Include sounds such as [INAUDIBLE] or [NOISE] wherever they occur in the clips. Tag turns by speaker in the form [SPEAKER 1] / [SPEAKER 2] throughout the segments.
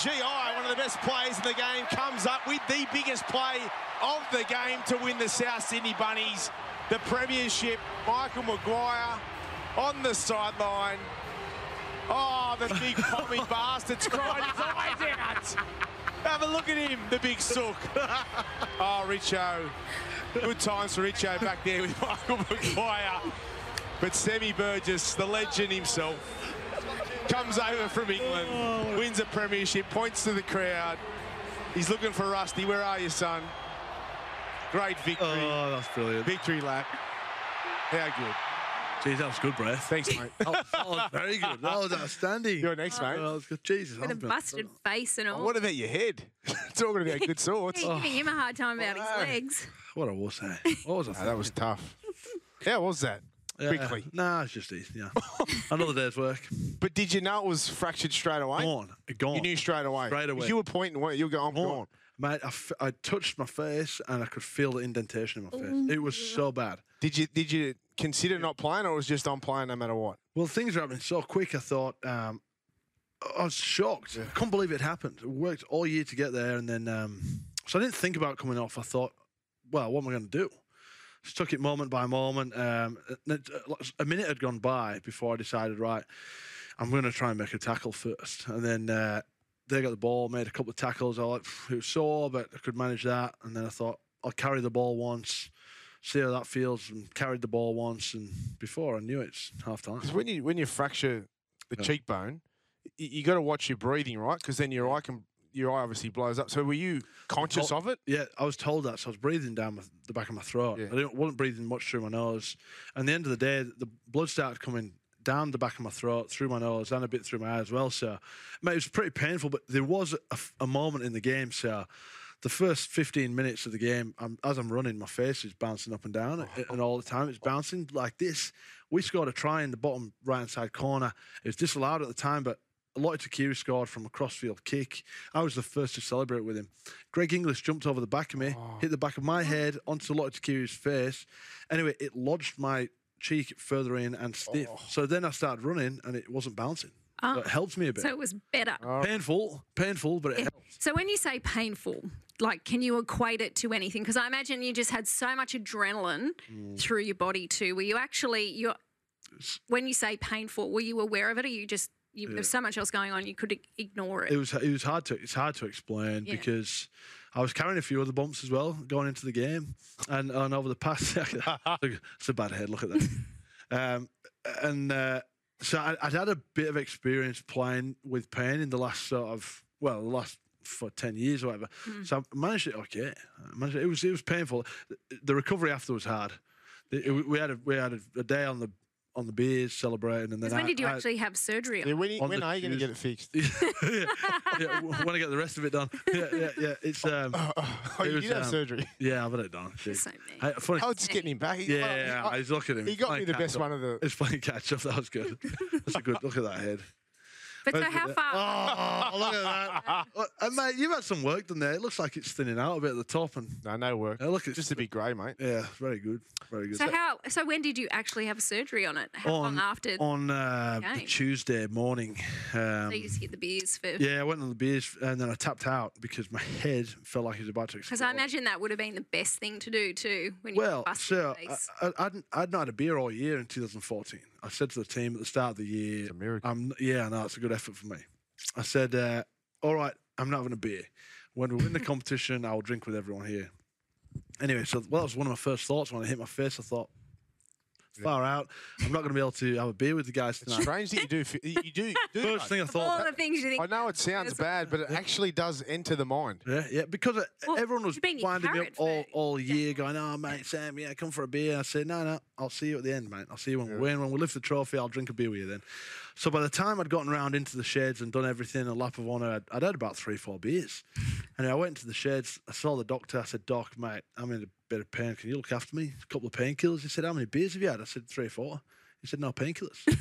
[SPEAKER 1] GI, one of the best players in the game, comes up with the biggest play of the game to win the South Sydney Bunnies the Premiership. Michael Maguire on the sideline. Oh, the big commie bastard's crying his eyes out. Have a look at him, the big sook. Oh, Richo. Good times for Richo back there with Michael Maguire. But Semi Burgess, the legend himself, comes over from England, wins a premiership, points to the crowd. He's looking for Rusty. Where are you, son? Great victory.
[SPEAKER 2] Oh, that's brilliant.
[SPEAKER 1] Victory lap. How good.
[SPEAKER 2] Jeez, that was good, breath.
[SPEAKER 1] Thanks, mate.
[SPEAKER 2] That was, [LAUGHS] that was very good. That was outstanding.
[SPEAKER 1] Oh, You're next, mate.
[SPEAKER 2] Oh, that was good. Jesus,
[SPEAKER 3] With a
[SPEAKER 2] I'm
[SPEAKER 3] busted face and all.
[SPEAKER 1] What about your head? [LAUGHS] Talking about good
[SPEAKER 3] [LAUGHS]
[SPEAKER 1] sorts.
[SPEAKER 2] Oh.
[SPEAKER 3] You're giving him a hard time about his
[SPEAKER 1] Oh.
[SPEAKER 3] legs.
[SPEAKER 2] What a wuss, eh?
[SPEAKER 1] [LAUGHS]
[SPEAKER 2] What was I
[SPEAKER 1] Ah,
[SPEAKER 2] thinking?
[SPEAKER 1] that was tough. How was that?
[SPEAKER 2] Yeah.
[SPEAKER 1] Quickly.
[SPEAKER 2] Nah, it's just easy.
[SPEAKER 1] [LAUGHS]
[SPEAKER 2] Yeah. Another day's work.
[SPEAKER 1] But did you know it was fractured straight away?
[SPEAKER 2] Gone. Gone.
[SPEAKER 1] You knew straight away.
[SPEAKER 2] Straight
[SPEAKER 1] If
[SPEAKER 2] away.
[SPEAKER 1] You were pointing, weren't you were going, I'm
[SPEAKER 2] Gone.
[SPEAKER 1] gone.
[SPEAKER 2] Mate, I, f- I touched my face and I could feel the indentation in my face. It was so bad.
[SPEAKER 1] Did you did you consider not playing, or was just I'm playing no matter what?
[SPEAKER 2] Well, things were happening so quick. I thought um, I was shocked. I couldn't believe it happened. We worked all year to get there, and then um, so I didn't think about coming off. I thought, well, what am I going to do? Just took it moment by moment. Um, and it- a minute had gone by before I decided, right, I'm going to try and make a tackle first, and then. Uh, they got the ball, made a couple of tackles. I was like, "Phew, it was sore, but I could manage that. And then I thought, I'll carry the ball once, see how that feels, and carried the ball once. And before I knew it, it's half time.
[SPEAKER 1] Because when you when you fracture the
[SPEAKER 2] Yeah.
[SPEAKER 1] cheekbone, you, you got to watch your breathing, right? Because then your eye can your eye obviously blows up. So were you conscious
[SPEAKER 2] Oh.
[SPEAKER 1] of it?
[SPEAKER 2] Yeah, I was told that, so I was breathing down my, the back of my throat.
[SPEAKER 1] Yeah.
[SPEAKER 2] I didn't, wasn't breathing much through my nose. And at the end of the day, the blood started coming down the back of my throat, through my nose, and a bit through my eye as well. So, mate, it was pretty painful. But there was a, f- a moment in the game, so the first 15 minutes of the game, I'm, as I'm running, my face is bouncing up and down, a- and all the time it's bouncing like this. We scored a try in the bottom right hand side corner. It was disallowed at the time, but Lottie Takiri scored from a crossfield kick. I was the first to celebrate with him. Greg English jumped over the back of me, hit the back of my head onto Lottie Takiri's face. Anyway, it lodged my cheek further in and stiff. So then I started running and it wasn't bouncing. So it helped me a bit.
[SPEAKER 3] Oh, Ah. So it was better.
[SPEAKER 2] Oh. painful, painful, but it helped.
[SPEAKER 3] So when you say painful, like can you equate it to anything? Because I imagine you just had so much adrenaline
[SPEAKER 2] Mm.
[SPEAKER 3] through your body too. Were you actually you when you say painful, were you aware of it or you just you there's so much else going on you could ig- ignore it?
[SPEAKER 2] It was it was hard to it's hard to explain
[SPEAKER 3] Yeah.
[SPEAKER 2] because I was carrying a few other bumps as well going into the game, and and over the past [LAUGHS] it's a bad head. Look at
[SPEAKER 3] [LAUGHS]
[SPEAKER 2] that. um, and uh, so I, I'd had a bit of experience playing with pain in the last sort of well the last for ten years or whatever.
[SPEAKER 3] Hmm.
[SPEAKER 2] So I managed it okay. I managed it. it was it was painful. The recovery after was hard. The- it- we had a, we had a, a day on the on the beers celebrating, and then
[SPEAKER 3] 'Cause when
[SPEAKER 2] I-
[SPEAKER 3] did you
[SPEAKER 2] I-
[SPEAKER 3] actually have surgery?
[SPEAKER 2] [LAUGHS]
[SPEAKER 3] on
[SPEAKER 1] Yeah,
[SPEAKER 3] it?
[SPEAKER 1] when you-
[SPEAKER 2] On
[SPEAKER 1] when
[SPEAKER 2] the
[SPEAKER 1] are you going to get it
[SPEAKER 2] [LAUGHS]
[SPEAKER 1] fixed? [LAUGHS]
[SPEAKER 2] yeah, oh, [LAUGHS]
[SPEAKER 3] [LAUGHS]
[SPEAKER 2] yeah, w- when I get the rest of it done. [LAUGHS] Yeah, yeah, yeah. It's um,
[SPEAKER 1] Oh,
[SPEAKER 2] It
[SPEAKER 1] you
[SPEAKER 2] was,
[SPEAKER 1] did have
[SPEAKER 2] um, [LAUGHS]
[SPEAKER 1] surgery.
[SPEAKER 2] yeah, I've had it done. Shit.
[SPEAKER 3] So mean.
[SPEAKER 2] I, funny,
[SPEAKER 1] I was just getting him back. Oh, He-
[SPEAKER 2] yeah,
[SPEAKER 1] I-
[SPEAKER 2] yeah,
[SPEAKER 1] I-
[SPEAKER 2] I was looking at him.
[SPEAKER 1] he got
[SPEAKER 2] playing
[SPEAKER 1] me the
[SPEAKER 2] catch
[SPEAKER 1] best
[SPEAKER 2] up.
[SPEAKER 1] one of the.
[SPEAKER 2] It's playing catch up. That was good. That's a good look at
[SPEAKER 1] [LAUGHS]
[SPEAKER 2] that head.
[SPEAKER 3] But so how far
[SPEAKER 2] [LAUGHS] Oh, look at that! Uh, and mate, you've had some work done there. It looks like it's thinning out a bit at the top, and
[SPEAKER 1] [LAUGHS] No, no work.
[SPEAKER 2] [LAUGHS] Yeah, look, it's
[SPEAKER 1] just a bit grey, mate.
[SPEAKER 2] yeah, very good, very good.
[SPEAKER 3] so how so when did you actually have surgery on it? How long after
[SPEAKER 2] on uh, the
[SPEAKER 3] game?
[SPEAKER 2] Tuesday morning. Um,
[SPEAKER 3] so you just hit the beers for
[SPEAKER 2] yeah, I went on the beers and then I tapped out because my head felt like it was about to explode.
[SPEAKER 3] Because I imagine that would have been the best thing to do too when you
[SPEAKER 2] Well,
[SPEAKER 3] bust
[SPEAKER 2] so
[SPEAKER 3] your face.
[SPEAKER 2] I, I, I'd, I'd not had a beer all year in 2014. I said to the team at the start of the year,
[SPEAKER 1] a [LAUGHS] miracle.
[SPEAKER 2] I'm, yeah, I know it's a good effort for me. I said, uh, all right, I'm not having a beer. When we win the competition, I'll drink with everyone here. Anyway, so well, that was one of my first thoughts when I hit my face. I thought, far out. I'm not going to be able to have a beer with the guys tonight.
[SPEAKER 1] Strange that you do. fi- You do. you do
[SPEAKER 2] [LAUGHS] First
[SPEAKER 1] know.
[SPEAKER 2] thing I
[SPEAKER 3] All
[SPEAKER 2] thought,
[SPEAKER 3] the things you think.
[SPEAKER 1] I know it sounds bad, but it actually does enter the mind.
[SPEAKER 2] Yeah, yeah, because uh,
[SPEAKER 3] Well,
[SPEAKER 2] everyone was
[SPEAKER 3] you've been in
[SPEAKER 2] winding me up
[SPEAKER 3] Carrick for
[SPEAKER 2] all, all year, going, "Oh, mate, Sam, yeah, come for a beer." I said, "No, no, I'll see you at the end, mate. I'll see you when we win. When we lift the trophy, I'll drink a beer with you then." So by the time I'd gotten round into the sheds and done everything, a lap of honour, I'd, I'd had about three, four beers, and I went into the sheds. I saw the doctor. I said, "Doc, mate, I'm in a bit of pain. Can you look after me? A couple of painkillers." He said, "How many beers have you had?" I said, three or four. He said, "No painkillers."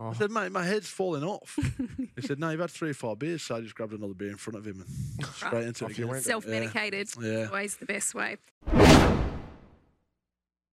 [SPEAKER 2] I said, mate, my head's falling off. [LAUGHS] he said, no, you've had three or four beers. So I just grabbed another beer in front of him and straight into it.
[SPEAKER 1] you
[SPEAKER 2] again.
[SPEAKER 1] went.
[SPEAKER 3] Self medicated.
[SPEAKER 2] Yeah.
[SPEAKER 3] Always the best way.